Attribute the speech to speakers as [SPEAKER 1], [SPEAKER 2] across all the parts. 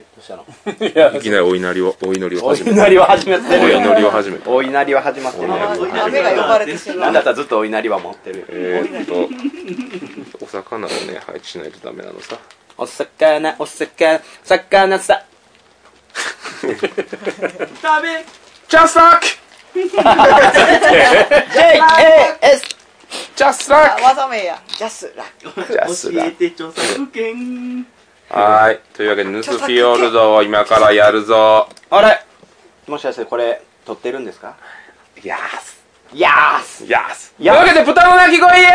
[SPEAKER 1] どうしたの
[SPEAKER 2] いや
[SPEAKER 3] いきなりお祈りを、お祈りを
[SPEAKER 2] お
[SPEAKER 3] 始め
[SPEAKER 2] 祈りは始め
[SPEAKER 3] お
[SPEAKER 2] てるよ
[SPEAKER 3] 祈りを始めた。
[SPEAKER 1] お稲荷は始まってる
[SPEAKER 3] お稲荷は始め
[SPEAKER 4] た
[SPEAKER 1] なんだったらずっとお稲荷は持ってるよ
[SPEAKER 3] えーっと、お魚をね、配置しないとダメなのさ。
[SPEAKER 1] お魚お魚魚さ
[SPEAKER 4] 食べ
[SPEAKER 3] ジャスラック
[SPEAKER 1] JAS
[SPEAKER 3] ジャスラッ
[SPEAKER 5] あ技名やジャスラック
[SPEAKER 3] ジャスラ
[SPEAKER 4] 教えて著作 権
[SPEAKER 3] クはーい。というわけで、ヌスフィヨルドを今からやるぞ。
[SPEAKER 1] あれもしかしてこれ撮ってるんですか
[SPEAKER 3] やーす。
[SPEAKER 1] やーす
[SPEAKER 3] やーす。というわけで、豚の鳴き声イエーイイエ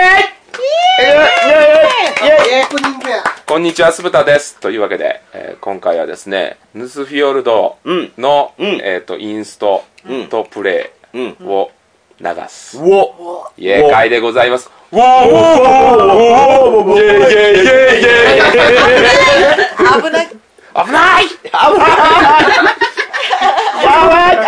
[SPEAKER 3] ーイイエーイイエーイ
[SPEAKER 6] オープニングや
[SPEAKER 3] こんにちは、酢豚です。というわけで、えー今回はですね、ヌスフィヨルド
[SPEAKER 1] うん
[SPEAKER 3] の、
[SPEAKER 1] うん
[SPEAKER 3] えっ、と、インスト
[SPEAKER 1] うん
[SPEAKER 3] とプレ
[SPEAKER 1] うん
[SPEAKER 3] イを流す。
[SPEAKER 1] うお
[SPEAKER 3] イエーイ会でございます。イエーイイエーイイエーイイエーイ
[SPEAKER 5] 危ない
[SPEAKER 3] 危ない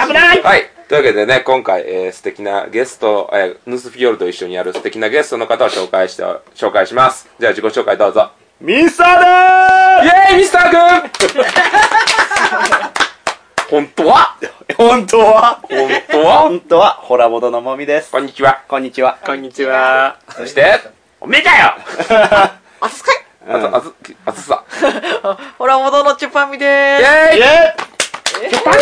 [SPEAKER 1] 危ない
[SPEAKER 3] はい。というわけでね、今回、えー素敵なゲスト、えーヌスフィヨルドと一緒にやる素敵なゲストの方を紹介して、紹介します。じゃあ自己紹介どうぞ。
[SPEAKER 1] ミサだ
[SPEAKER 3] イエーイミスター君本当は
[SPEAKER 1] ー本当は
[SPEAKER 3] 本当は
[SPEAKER 1] 本当はホラボドのもみです
[SPEAKER 3] こんにちは。
[SPEAKER 1] こんにちは
[SPEAKER 2] こんにちは
[SPEAKER 3] そして、おめえだよ
[SPEAKER 5] あつかい
[SPEAKER 3] あと、あず、あずさ。
[SPEAKER 5] ほらもどのチュパミ
[SPEAKER 3] イ
[SPEAKER 5] で
[SPEAKER 3] ェーイ
[SPEAKER 5] ーす
[SPEAKER 1] え
[SPEAKER 5] チュパミでー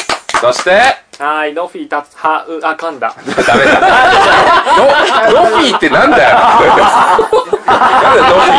[SPEAKER 5] す
[SPEAKER 3] そして、
[SPEAKER 2] はーいノフィータツハウあかんだ
[SPEAKER 3] ダ メだ。ロ、ロフィーってなんだ よ。なんだよロフィ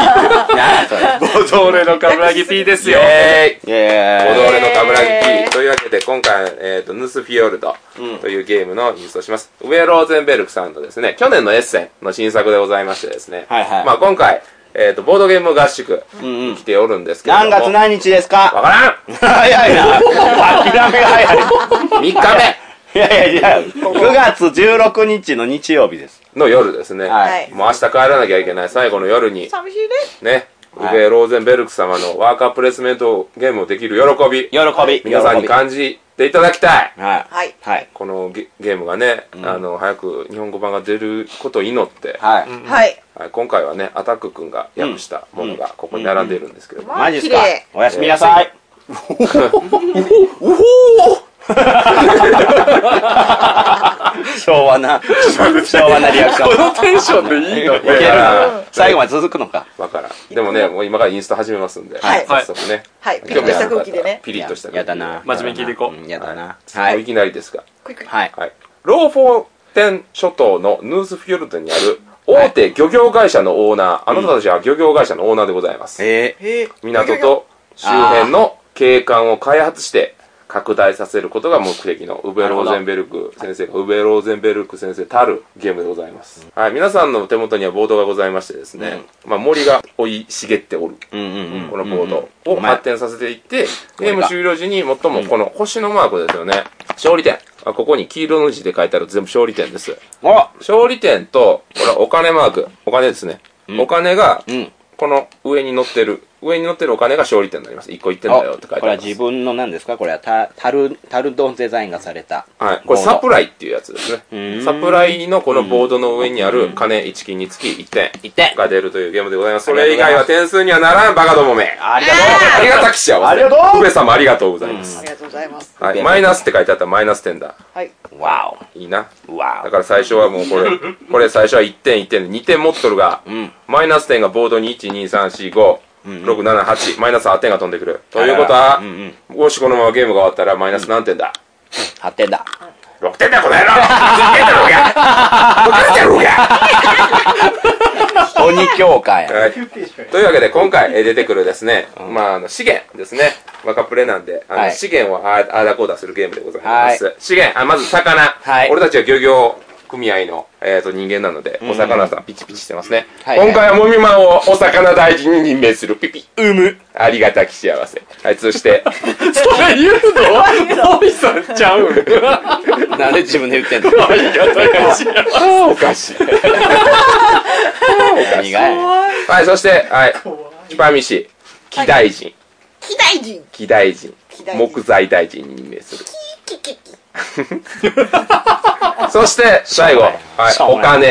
[SPEAKER 3] ーって。
[SPEAKER 1] なんだそれ
[SPEAKER 2] ボドーレの冠城 P です
[SPEAKER 3] イ
[SPEAKER 2] よ
[SPEAKER 3] ェー
[SPEAKER 1] いや
[SPEAKER 3] イ踊
[SPEAKER 1] いやいや
[SPEAKER 3] れのカブラギ
[SPEAKER 5] え
[SPEAKER 3] P
[SPEAKER 5] ー
[SPEAKER 3] というわけで今回、えー、とヌスフィヨルド
[SPEAKER 1] うん
[SPEAKER 3] というゲームのインストをします、ウェローゼンベルクさんのですね去年のエッセンの新作でございましてですね、
[SPEAKER 1] はいはい
[SPEAKER 3] まあ、今回、えー、とボードゲーム合宿
[SPEAKER 1] んうん
[SPEAKER 3] 来ておるんですけれども
[SPEAKER 1] 何月何日ですか
[SPEAKER 3] わからん
[SPEAKER 1] 早いな諦めが早い
[SPEAKER 3] !3 日
[SPEAKER 1] いやいやいや9月16日の日曜日です
[SPEAKER 3] 目の夜ですね、
[SPEAKER 1] はい
[SPEAKER 5] はい
[SPEAKER 3] もう明日帰らなきゃいけない最後の夜に
[SPEAKER 5] 寂しい
[SPEAKER 3] ね、
[SPEAKER 5] ね
[SPEAKER 1] はい
[SPEAKER 3] ウェローゼンベルク様のワーカープレイスメントゲームをできる喜び
[SPEAKER 1] 喜び
[SPEAKER 3] 皆さんに
[SPEAKER 1] 喜びは
[SPEAKER 3] 感じていただきたい
[SPEAKER 1] い
[SPEAKER 5] はい
[SPEAKER 1] はい
[SPEAKER 3] このゲゲームがね、あの早く日本語版が出ることを祈って、
[SPEAKER 1] はい
[SPEAKER 5] はい
[SPEAKER 3] はい今回はねアタック君が訳したものがここに並んでいるんですけども、
[SPEAKER 5] うん
[SPEAKER 1] マジっすか
[SPEAKER 5] 綺麗
[SPEAKER 1] おやすみな さい昭和な昭和なリアクション
[SPEAKER 2] このテンションでいいの
[SPEAKER 1] いけるな最後まで続くのか
[SPEAKER 3] わからんでもねもう今からインスタ始めますんで、
[SPEAKER 5] はい
[SPEAKER 3] 早速ね、
[SPEAKER 5] はいピリ
[SPEAKER 3] 興
[SPEAKER 5] ッ
[SPEAKER 3] 味
[SPEAKER 5] とし
[SPEAKER 3] あ
[SPEAKER 5] た
[SPEAKER 3] る方
[SPEAKER 5] 空
[SPEAKER 3] は
[SPEAKER 5] 気でね
[SPEAKER 3] ピリッとした
[SPEAKER 1] ややだな
[SPEAKER 2] 真面目に聞いていこうん
[SPEAKER 1] やだなは
[SPEAKER 3] はい、い
[SPEAKER 1] い
[SPEAKER 3] きなりですが、
[SPEAKER 5] クイック
[SPEAKER 1] はい
[SPEAKER 3] はい、ローフォーテン諸島のヌースフィヨルドにある大手漁業会社のオーナー、あなたたちは漁業会社のオーナーでございます、
[SPEAKER 1] えー
[SPEAKER 5] へえ
[SPEAKER 3] 港と周辺の景観を開発して拡大させることが目的のウベローゼンベルク先生がウベローゼンベルク先生たるゲームでございます、はい皆さんの手元にはボードがございましてですね、まあ、森が生い茂っておる
[SPEAKER 1] うんうんうん
[SPEAKER 3] このボード
[SPEAKER 1] う
[SPEAKER 3] を
[SPEAKER 1] んまい
[SPEAKER 3] 発展させていって、
[SPEAKER 1] れ
[SPEAKER 3] ゲ
[SPEAKER 1] が
[SPEAKER 3] ーム終了時に最もこの星のマークですよね勝利点あここに黄色の字で書いてある全部勝利点です
[SPEAKER 1] お
[SPEAKER 3] 勝利点とほらお金マークお金ですね、お金が
[SPEAKER 1] うん
[SPEAKER 3] この上に乗ってる、上に乗ってるお金が勝利点になります。1個1点だよって書いてあります。
[SPEAKER 1] これは自分の何ですかこれはタタルタルドンデザインがされた
[SPEAKER 3] はい。これサプライっていうやつです
[SPEAKER 1] ー
[SPEAKER 3] ね。
[SPEAKER 1] ん
[SPEAKER 3] サプライのこのボードの上にある金1金につき1点
[SPEAKER 1] 1点
[SPEAKER 3] が出るというゲームでございます。それ以外は点数にはならん、バカどもめ。
[SPEAKER 1] ありが
[SPEAKER 3] ありがたき幸せ。
[SPEAKER 1] ありがとう
[SPEAKER 3] 上様ありがとうございます。
[SPEAKER 5] ありがとうございます
[SPEAKER 3] はい。マイナスって書いてあったらマイナス点だ。
[SPEAKER 5] はい
[SPEAKER 1] とうわ
[SPEAKER 3] いいな。
[SPEAKER 1] おわ
[SPEAKER 3] だから最初はもうこ れ、これ最初は1点1点で2点持っとるが、
[SPEAKER 1] ん
[SPEAKER 3] マイナス点がボードに1、2、3、4、5、6、7、8、マイナス8点が飛んでくる。ということは、
[SPEAKER 1] うんうん
[SPEAKER 3] もしこのままゲームが終わったらマイナス何点だ、
[SPEAKER 1] お発展だ
[SPEAKER 3] ?6 点だ この野郎 !6 点だろうが !6 点だろうが
[SPEAKER 1] 鬼教会や
[SPEAKER 3] はい、というわけで今回えー出てくるですね、まあ、あの資源ですね若プレなんであの、
[SPEAKER 1] はい
[SPEAKER 3] 資源をあーあーだこうだするゲームでございます、資源あまず魚、
[SPEAKER 1] はい
[SPEAKER 3] 俺たちは漁業組合の、えー、と人間なので、お魚さんピチピチしてますね、
[SPEAKER 1] はいはい
[SPEAKER 3] 今回はもみまんをお魚大臣に任命するピピうむありがたき幸せはいそして
[SPEAKER 2] それ言うのモイさんちゃうん あ
[SPEAKER 1] なんで自分で言ってんの
[SPEAKER 2] りがたい話や
[SPEAKER 3] あーおかしい
[SPEAKER 1] 何がや
[SPEAKER 3] はいそしてはいチュパミ氏木大臣、
[SPEAKER 5] キ大臣
[SPEAKER 3] 木大臣
[SPEAKER 5] 大臣
[SPEAKER 3] 木材大臣に任命するそして最後、はい、
[SPEAKER 1] しょう
[SPEAKER 3] お
[SPEAKER 1] もない
[SPEAKER 3] 金、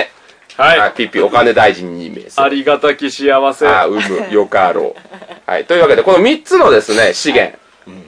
[SPEAKER 3] はい
[SPEAKER 2] はい
[SPEAKER 3] ピッピお金大臣に任命す
[SPEAKER 2] あ
[SPEAKER 3] る
[SPEAKER 2] りがたき幸 せ
[SPEAKER 3] あうむよかろうはい。というわけで、この3つのですね、資源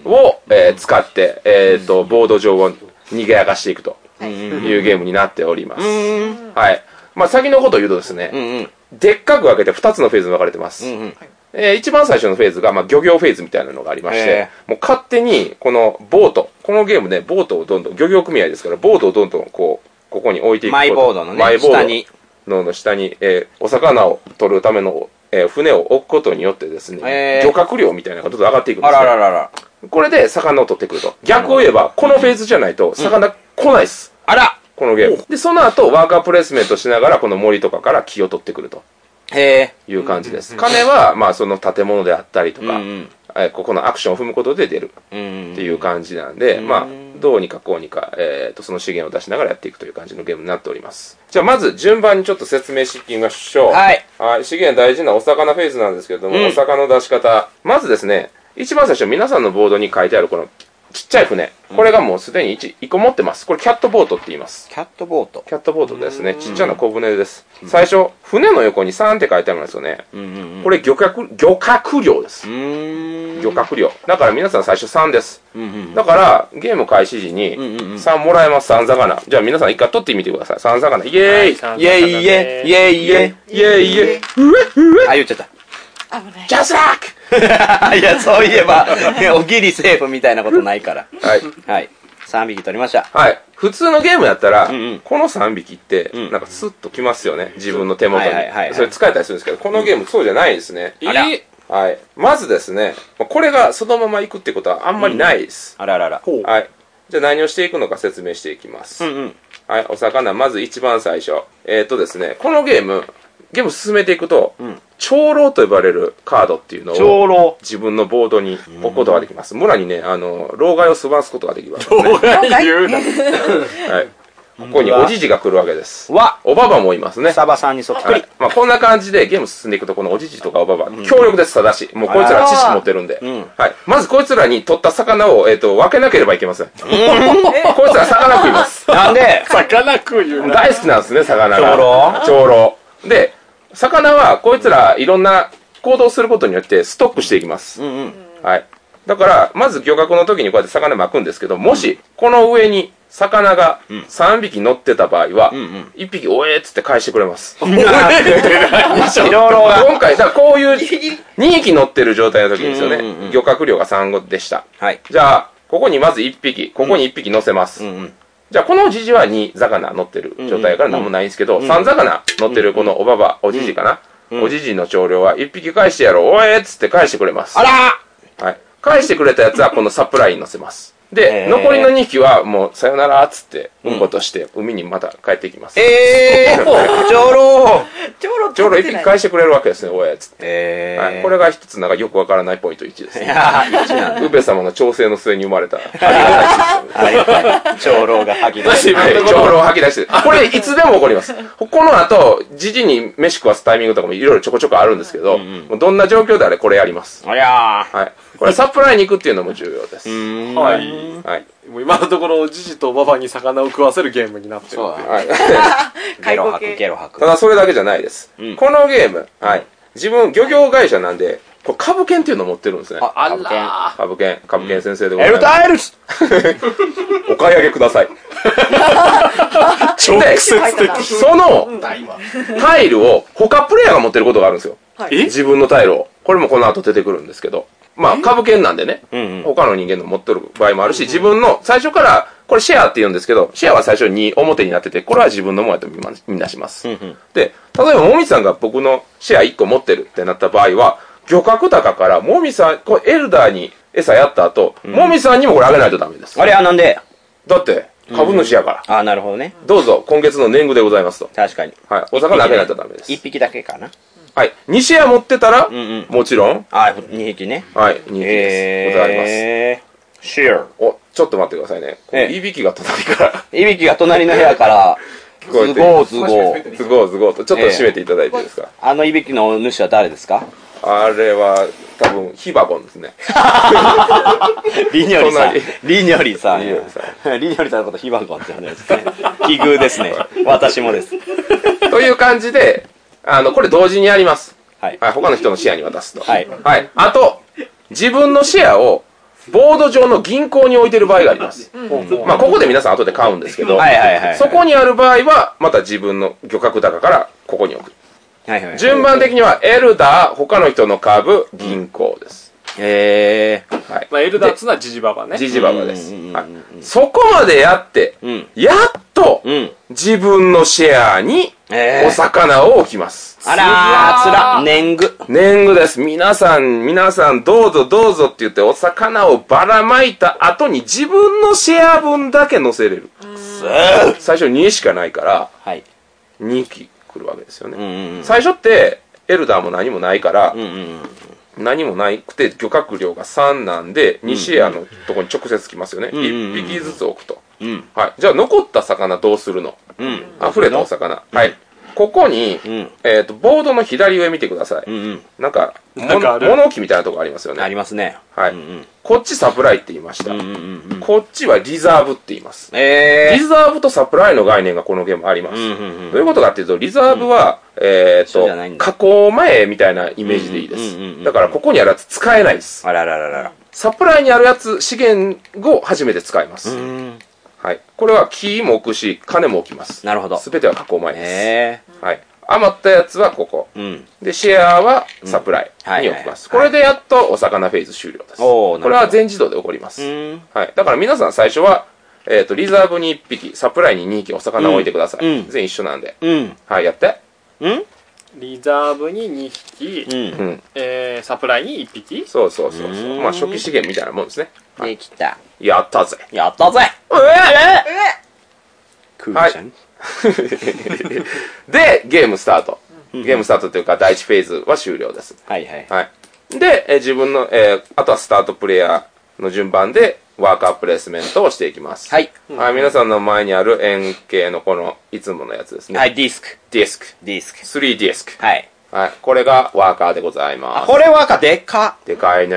[SPEAKER 3] を、えー使って、えっ、と、ボード上を逃げ明かしていくと
[SPEAKER 5] はい
[SPEAKER 3] いうゲームになっております。
[SPEAKER 1] うん
[SPEAKER 3] はい。まあ、先のことを言うとですね、
[SPEAKER 1] うん
[SPEAKER 3] でっかく分けて2つのフェーズに分かれてます。
[SPEAKER 1] うん
[SPEAKER 3] えー一番最初のフェーズが、まあ、漁業フェーズみたいなのがありまして、
[SPEAKER 1] え
[SPEAKER 3] もう勝手に、このボート、このゲームね、ボートをどんどん、漁業組合ですから、ボートをどんどん、こう、ここに置いていくこ
[SPEAKER 1] マ
[SPEAKER 3] と。
[SPEAKER 1] イボードの
[SPEAKER 3] マイ
[SPEAKER 1] ね
[SPEAKER 3] ボード
[SPEAKER 1] 下に
[SPEAKER 3] のの下に、えーお魚を取るための、えー船を置くことによってですね、
[SPEAKER 1] えー
[SPEAKER 3] 漁獲量みたいなのがどんどん上がっていくんです
[SPEAKER 1] あ
[SPEAKER 3] よ
[SPEAKER 1] らららら
[SPEAKER 3] これで魚を取ってくると。逆を言えば、このフェーズじゃないと、魚来ないっす。
[SPEAKER 1] あら
[SPEAKER 3] このゲーム。で、その後、ワーカープレイスメントしながら、この森とかから木を取ってくると
[SPEAKER 1] へえ
[SPEAKER 3] いう感じです。金は、まあ、その建物であったりと
[SPEAKER 1] う
[SPEAKER 3] か、
[SPEAKER 1] ん
[SPEAKER 3] えーここのアクションを踏むことで出る
[SPEAKER 1] うん
[SPEAKER 3] っていう感じなんで、
[SPEAKER 1] うん
[SPEAKER 3] まあ、どうにかこうにか、えー、と、その資源を出しながらやっていくという感じのゲームになっております。じゃあ、まず順番にちょっと説明してみましょう。
[SPEAKER 1] はい。
[SPEAKER 3] はい、資源大事なお魚フェーズなんですけれども、
[SPEAKER 1] うん
[SPEAKER 3] お魚の出し方。まずですね、一番最初、皆さんのボードに書いてあるこのちっちゃい船。これがもうすでに 1, 個持ってます。これキャットボートって言います。
[SPEAKER 1] キャットボート
[SPEAKER 3] キャットボートですね。ちっちゃな小舟です。最初、船の横に3って書いてあるんですよね。
[SPEAKER 1] うんうん
[SPEAKER 3] これ漁獲、漁獲量です
[SPEAKER 1] う。ん
[SPEAKER 3] 漁獲量。だから皆さん最初3です。
[SPEAKER 1] うんうん
[SPEAKER 3] だから、ゲーム開始時に、
[SPEAKER 1] うんうんうん
[SPEAKER 3] 3もらえます、3魚。じゃあ皆さん一回取ってみてください。3魚。イエーイ、
[SPEAKER 2] はい
[SPEAKER 1] イェイイェイイェイイ
[SPEAKER 3] イエ
[SPEAKER 1] ェ
[SPEAKER 3] ーイイエーイイエーイ
[SPEAKER 1] イあ言っちゃった
[SPEAKER 5] 危ない
[SPEAKER 3] ジャスラック
[SPEAKER 1] いや、そういえば、ねおぎりセーフみたいなことないから。
[SPEAKER 3] はい。
[SPEAKER 1] はい。3匹取りました。
[SPEAKER 3] はい。普通のゲームやったら、
[SPEAKER 1] うんうん
[SPEAKER 3] この3匹って、
[SPEAKER 1] うん
[SPEAKER 3] なんかスッときますよね。自分の手元に。
[SPEAKER 1] はいはいはいはい
[SPEAKER 3] それ使えたりするんですけど、このゲームそうじゃないですね。
[SPEAKER 1] あら
[SPEAKER 3] いいはい。まずですね、まあこれがそのまま行くってことはあんまりないです。
[SPEAKER 1] あららら。
[SPEAKER 2] ほう
[SPEAKER 3] はい。じゃあ何をしていくのか説明していきます。
[SPEAKER 1] うんうん。
[SPEAKER 3] はい。お魚、まず一番最初。えっ、とですね、このゲーム、ゲーム進めていくと、
[SPEAKER 1] ん
[SPEAKER 3] 長老と呼ばれるカードっていうのを、
[SPEAKER 1] 長老。
[SPEAKER 3] 自分のボードに置くことができます。村にね、あの、老害をすばすことができます、ね。
[SPEAKER 2] お前言うな。
[SPEAKER 3] はい。ここにおじじが来るわけです。
[SPEAKER 1] は、
[SPEAKER 3] おばばもいますね。
[SPEAKER 1] サバさんにそっく
[SPEAKER 3] は
[SPEAKER 1] り
[SPEAKER 3] い。。まあこんな感じでゲーム進んでいくと、このおじじとかおばば、強力です、ただし。もうこいつら知識持ってるんで。
[SPEAKER 1] うん
[SPEAKER 3] はい。まずこいつらに取った魚を、えっ、と、分けなければいけま せん。こいつら魚食います。
[SPEAKER 1] なんで、
[SPEAKER 2] 魚食う言うな。
[SPEAKER 3] 大好きなんですね、魚が。
[SPEAKER 1] 長
[SPEAKER 3] 老長老。で、魚はこいつらいろんな行動することによってストックしていきます。
[SPEAKER 1] うんうん。
[SPEAKER 3] はい。だから、まず漁獲の時にこうやって魚巻くんですけど、もし、この上に魚が3匹乗ってた場合は、
[SPEAKER 1] ん
[SPEAKER 3] 1匹おえーっつって返してく れます。
[SPEAKER 1] 長老が。
[SPEAKER 3] 今回、だからこういう2 匹乗ってる状態の時ですよ
[SPEAKER 1] うんうんう
[SPEAKER 3] ね。
[SPEAKER 1] ん
[SPEAKER 3] 漁獲量が3個でした。
[SPEAKER 1] はい。
[SPEAKER 3] じゃあ、ここにまず1匹、ここに1匹乗せます。
[SPEAKER 1] うんうん。
[SPEAKER 3] じゃあ、このじじは2魚乗ってる状態やから何もないんですけど、3魚乗ってるこのおばば、おじじかな。おじじの長量は1匹返してやろう、おえーっつって返してくれます。
[SPEAKER 1] あら
[SPEAKER 3] はい。返してくれたやつはこのサプライに乗せます。で、
[SPEAKER 1] えー
[SPEAKER 3] 残りの2匹はもうさよならっつって、うんことして海にまた帰ってきます。
[SPEAKER 1] えー、長老
[SPEAKER 5] ちょろ
[SPEAKER 3] ちょうど1匹返してくれるわけですね、おやつって。
[SPEAKER 1] え
[SPEAKER 3] はい。これ
[SPEAKER 1] が、
[SPEAKER 3] が一つなんかよくわからないポイント1です
[SPEAKER 1] い
[SPEAKER 3] ね。
[SPEAKER 1] や一なんだ。
[SPEAKER 3] ウベ様の調整の末に生まれた。
[SPEAKER 1] はい。長老が吐き出し
[SPEAKER 3] 私、 長老を吐き出してる。これ、いつでも起こります。この後、じじに飯食わすタイミングとかもいろいろちょこちょこあるんですけど、もうどんな状況であれこれやります。
[SPEAKER 1] ありゃー。
[SPEAKER 3] はい。これ、サプライに行くっていうのも重要です。
[SPEAKER 1] ーん
[SPEAKER 2] はい。
[SPEAKER 3] はい。
[SPEAKER 2] もう今のところ、おじじとおばばに魚を食わせるゲームになってる。
[SPEAKER 1] そうだ。
[SPEAKER 3] はい。
[SPEAKER 1] ゲロ吐く、ゲロ吐
[SPEAKER 3] た
[SPEAKER 1] く。
[SPEAKER 3] だそれだけじゃないです。
[SPEAKER 1] うん
[SPEAKER 3] このゲーム、はい。自分、漁業会社なんで、これ株券っていうのを持ってるんですね。
[SPEAKER 1] あら
[SPEAKER 3] 株券、株券先生でご
[SPEAKER 1] エ
[SPEAKER 3] ざい
[SPEAKER 1] ル
[SPEAKER 3] ます。
[SPEAKER 1] タイルズ
[SPEAKER 3] お買い上げくださ い。
[SPEAKER 2] 直接的。
[SPEAKER 5] た
[SPEAKER 3] そのタイルを他プレイヤーが持ってることがあるんですよ。
[SPEAKER 5] はい
[SPEAKER 2] え
[SPEAKER 3] 自分のタイルを。これもこの後出てくるんですけど。まあ、株券なんでね。
[SPEAKER 1] うんうん。
[SPEAKER 3] 他の人間の持ってる場合もあるし、自分の最初から、これシェアって言うんですけど、シェアは最初に表になってて、これは自分のもんやとみんなみんなします。
[SPEAKER 1] うん
[SPEAKER 3] で、例えば、もみさんが僕のシェア1個持ってるってなった場合は、漁獲高から、もみさん、こうエルダーに餌やった後、もみさんにもこれあげないとダメです。
[SPEAKER 1] あれはなんで
[SPEAKER 3] だって、株主やから、
[SPEAKER 1] あー、なるほどね。
[SPEAKER 3] どうぞ、今月の年貢でございますと。
[SPEAKER 1] 確かに。
[SPEAKER 3] はい。お魚あげないとダメです。
[SPEAKER 1] 一匹だけかな。
[SPEAKER 3] はい。2シェア持ってたら、
[SPEAKER 1] んうん
[SPEAKER 3] もちろん、
[SPEAKER 1] あ、二匹ね。
[SPEAKER 3] はい、2匹です。ございます。
[SPEAKER 1] えー、シェア。
[SPEAKER 3] お、ちょっと待ってくださいね。こ
[SPEAKER 1] え
[SPEAKER 3] う
[SPEAKER 1] え
[SPEAKER 3] いびきが隣から。
[SPEAKER 1] いびきが隣の部屋から、 ズ
[SPEAKER 3] こえて
[SPEAKER 1] ゴーズゴー。
[SPEAKER 3] ズゴーズゴーと、ちょっと閉めていただいていいですか。
[SPEAKER 1] あのいびきの主は誰ですか
[SPEAKER 3] あれは、多分、ヒバボンですね。
[SPEAKER 1] リニョリさん。リニョリさん。
[SPEAKER 3] リニョリさ
[SPEAKER 1] リニョリさんのことヒバンコンって呼んでるんですね。 奇遇ですね。私もです。
[SPEAKER 3] という感じで、あの、これ同時にやります。
[SPEAKER 1] はい。
[SPEAKER 3] はい、他の人のシェアに渡すと。
[SPEAKER 1] はい
[SPEAKER 3] はい。あと、自分のシェアを、ボード上の銀行に置いてる場合があります。まあ、ここで皆さん後で買うんですけど、
[SPEAKER 1] はいはいはい。
[SPEAKER 3] そこにある場合は、また自分の漁獲高からここに置く。
[SPEAKER 1] はいはいはい。
[SPEAKER 3] 順番的には、エルダー、他の人の株、銀行です。
[SPEAKER 1] へえ。
[SPEAKER 3] はい。
[SPEAKER 2] まあ、エルダーっつうのはジジババね。
[SPEAKER 3] ジジババです
[SPEAKER 1] うんうんう。ん
[SPEAKER 3] はい。そこまでやって、
[SPEAKER 1] うん。
[SPEAKER 3] やっと、
[SPEAKER 1] うん。
[SPEAKER 3] 自分のシェアに、
[SPEAKER 1] えー
[SPEAKER 3] お魚を置きます。
[SPEAKER 1] あらー、つ
[SPEAKER 2] つら
[SPEAKER 1] ら、年貢。
[SPEAKER 3] 年貢です。皆さん、皆さん、どうぞどうぞって言って、お魚をばらまいた後に自分のシェア分だけ乗せれる。最初2しかないから、
[SPEAKER 1] はい。
[SPEAKER 3] 2期来るわけですよね。
[SPEAKER 1] うんうんうん。
[SPEAKER 3] 最初って、エルダーも何もないから、
[SPEAKER 1] うんうんうん。
[SPEAKER 3] 何もないくて、漁獲量が3なんで、2シェアのとこに直接来ますよね。
[SPEAKER 1] んうんうん
[SPEAKER 3] 1匹ずつ置くと。
[SPEAKER 1] うん。
[SPEAKER 3] はい。じゃあ、残った魚どうするの
[SPEAKER 1] うん。
[SPEAKER 3] 溢れたお魚。はい。ここに、
[SPEAKER 1] うん。
[SPEAKER 3] えっ、と、ボードの左上見てくださ
[SPEAKER 1] う
[SPEAKER 3] い。
[SPEAKER 1] んうん。
[SPEAKER 3] なんか、も
[SPEAKER 2] なんかある
[SPEAKER 3] 物置みたいなとこありますよね。
[SPEAKER 1] ありますね。
[SPEAKER 3] はい、
[SPEAKER 1] うんうん。
[SPEAKER 3] こっちサプライって言いました、
[SPEAKER 1] うんうんうんうん。
[SPEAKER 3] こっちはリザーブって言います。
[SPEAKER 1] え
[SPEAKER 3] リザーブとサプライの概念がこのゲームありま
[SPEAKER 1] ー。
[SPEAKER 3] す。
[SPEAKER 1] うんうん
[SPEAKER 3] どう
[SPEAKER 1] うん。
[SPEAKER 3] いうことかっていうと、リザーブは、えっ
[SPEAKER 1] そう
[SPEAKER 3] と
[SPEAKER 1] じゃないん、だ
[SPEAKER 3] 加工前みたいなイメージでいいで
[SPEAKER 1] うんうんうんう
[SPEAKER 3] す。
[SPEAKER 1] ん
[SPEAKER 3] だから、ここにあるやつ使えないです。
[SPEAKER 1] あららららら。
[SPEAKER 3] サプライにあるやつ、資源を初めて使います。
[SPEAKER 1] うん。
[SPEAKER 3] はい。これは木も置くし、金も置きます。
[SPEAKER 1] なるほど。
[SPEAKER 3] すべては加工前で
[SPEAKER 1] え
[SPEAKER 3] す。はい。余ったやつはここ。
[SPEAKER 1] ー。うん。
[SPEAKER 3] で、シェアはサプライ
[SPEAKER 1] うんはい
[SPEAKER 3] に置きます。
[SPEAKER 1] はい
[SPEAKER 3] これでやっとお魚フェーズ終了です。
[SPEAKER 1] お
[SPEAKER 3] こ
[SPEAKER 1] ーなるほど
[SPEAKER 3] れは全自動で起こります。
[SPEAKER 1] うん。
[SPEAKER 3] はい。だから皆さん最初は、えっ、と、リザーブに1匹、サプライに2匹お魚を置いてください。
[SPEAKER 1] うんうん
[SPEAKER 3] 全員一緒なんで。
[SPEAKER 1] うん。
[SPEAKER 3] はい、やって。
[SPEAKER 1] うん
[SPEAKER 2] リザーブに2匹、
[SPEAKER 1] うん。
[SPEAKER 3] ん。
[SPEAKER 2] えー、サプライに1匹。
[SPEAKER 3] そうそうそうそうう。
[SPEAKER 1] ん
[SPEAKER 3] まあ、初期資源みたいなもんですね。は
[SPEAKER 1] で
[SPEAKER 3] い。
[SPEAKER 1] きた。
[SPEAKER 3] やったぜ。
[SPEAKER 1] やったぜ
[SPEAKER 3] うえ
[SPEAKER 1] クーちゃん。
[SPEAKER 3] で、ゲームスタート。ゲームスタートというか、第1フェーズは終了です。
[SPEAKER 1] はいはい。
[SPEAKER 3] はい。で、えー自分の、えーあとはスタートプレイヤーの順番で、ワーカープレイスメントをしていきます。
[SPEAKER 1] はい。
[SPEAKER 3] はい、皆さんの前にある円形のこの、いつものやつですね。
[SPEAKER 1] はい、ディスク。
[SPEAKER 3] ディスク。
[SPEAKER 1] ディスク。
[SPEAKER 3] 3ディスク。
[SPEAKER 1] はい。
[SPEAKER 3] はい。これがワーカーでございます。
[SPEAKER 1] これはか、でか。
[SPEAKER 3] でかい
[SPEAKER 1] で
[SPEAKER 3] ね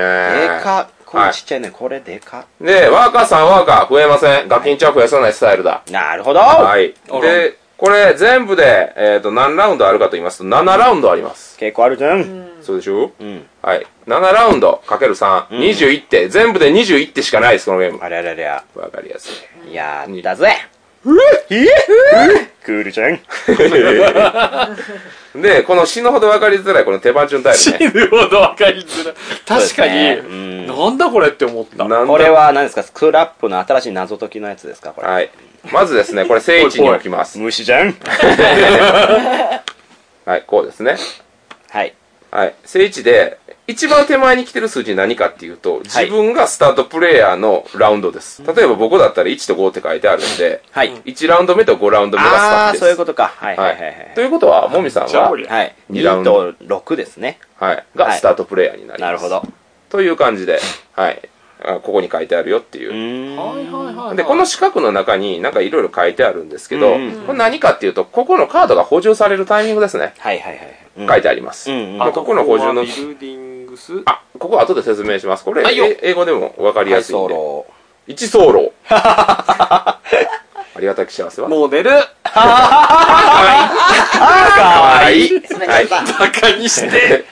[SPEAKER 1] か。これ
[SPEAKER 3] はい
[SPEAKER 1] ちっちゃいね。これでか。
[SPEAKER 3] で、ワーカーさんワーカー増えません。ガキンチャ増やさないスタイルだ。
[SPEAKER 1] なるほど。
[SPEAKER 3] はい。で、これ全部で、えっ、と、何ラウンドあるかと言いますと、7ラウンドあります。
[SPEAKER 1] 結構あるじゃん。
[SPEAKER 3] そうでしょ
[SPEAKER 1] うん。
[SPEAKER 3] はい。7ラウンドかける3、21手。全部で21手しかないです、このゲーム。
[SPEAKER 1] あれあれあれあ。
[SPEAKER 3] わかりやすい。
[SPEAKER 1] やったぜ。クールちゃん。
[SPEAKER 3] で、この死ぬほどわかりづらい、この手番順タイ
[SPEAKER 2] 死
[SPEAKER 3] ルね。
[SPEAKER 2] ぬほどわかりづらい。確か
[SPEAKER 1] そう
[SPEAKER 2] に、
[SPEAKER 1] ですねうん
[SPEAKER 2] なんだこれって思った。
[SPEAKER 3] なんだ
[SPEAKER 1] これは何ですかスクラップの新しい謎解きのやつですかこれ。
[SPEAKER 3] はい。まずですね、これ正位置に置きます。
[SPEAKER 1] 虫じゃん。
[SPEAKER 3] はい、こうですね。
[SPEAKER 1] はい。
[SPEAKER 3] はい。正位置で、一番手前に来てる数字何かっていうと、自分がスタートプレイヤーのラウンドです。例えば僕だったら1と5って書いてあるんで、
[SPEAKER 1] はい。
[SPEAKER 3] 1ラウンド目と5ラウンド目がスター
[SPEAKER 1] あ
[SPEAKER 3] トで
[SPEAKER 1] ー、
[SPEAKER 3] す。
[SPEAKER 1] そういうことか。はいはい
[SPEAKER 3] は
[SPEAKER 1] はい
[SPEAKER 3] い。ということは、もみさん
[SPEAKER 2] じゃあこれ
[SPEAKER 3] は、
[SPEAKER 1] はい。はい。
[SPEAKER 3] 二ラウン
[SPEAKER 1] 2
[SPEAKER 3] ド
[SPEAKER 1] と6ですね。
[SPEAKER 3] はい、が
[SPEAKER 1] はい
[SPEAKER 3] スタートプレイヤーになりま
[SPEAKER 1] な
[SPEAKER 3] す。
[SPEAKER 1] るほど。。
[SPEAKER 3] という感じで、はい。あここに書いてあるよっていうう。
[SPEAKER 1] ーん。
[SPEAKER 2] はいはいはいはい。
[SPEAKER 3] で、この四角の中になんかいろいろ書いてあるんですけど、
[SPEAKER 1] うん
[SPEAKER 3] これ何かっていうと、ここのカードが補充されるタイミングですね。
[SPEAKER 1] はいはいはい。うん
[SPEAKER 3] 書いてあります。
[SPEAKER 1] うんうん
[SPEAKER 3] あここの補充の
[SPEAKER 2] ビルディングス。
[SPEAKER 3] あ、ここは後で説明します。これ、
[SPEAKER 2] はいよ
[SPEAKER 3] え英語でも分かり
[SPEAKER 1] は
[SPEAKER 3] や
[SPEAKER 1] い、
[SPEAKER 3] すいん
[SPEAKER 1] ソ
[SPEAKER 3] で。
[SPEAKER 1] ロ。
[SPEAKER 3] 一走 路。ありがたき幸せは。
[SPEAKER 2] もう寝る。
[SPEAKER 1] かわいい。
[SPEAKER 5] 冷たいさ。
[SPEAKER 2] バカにして。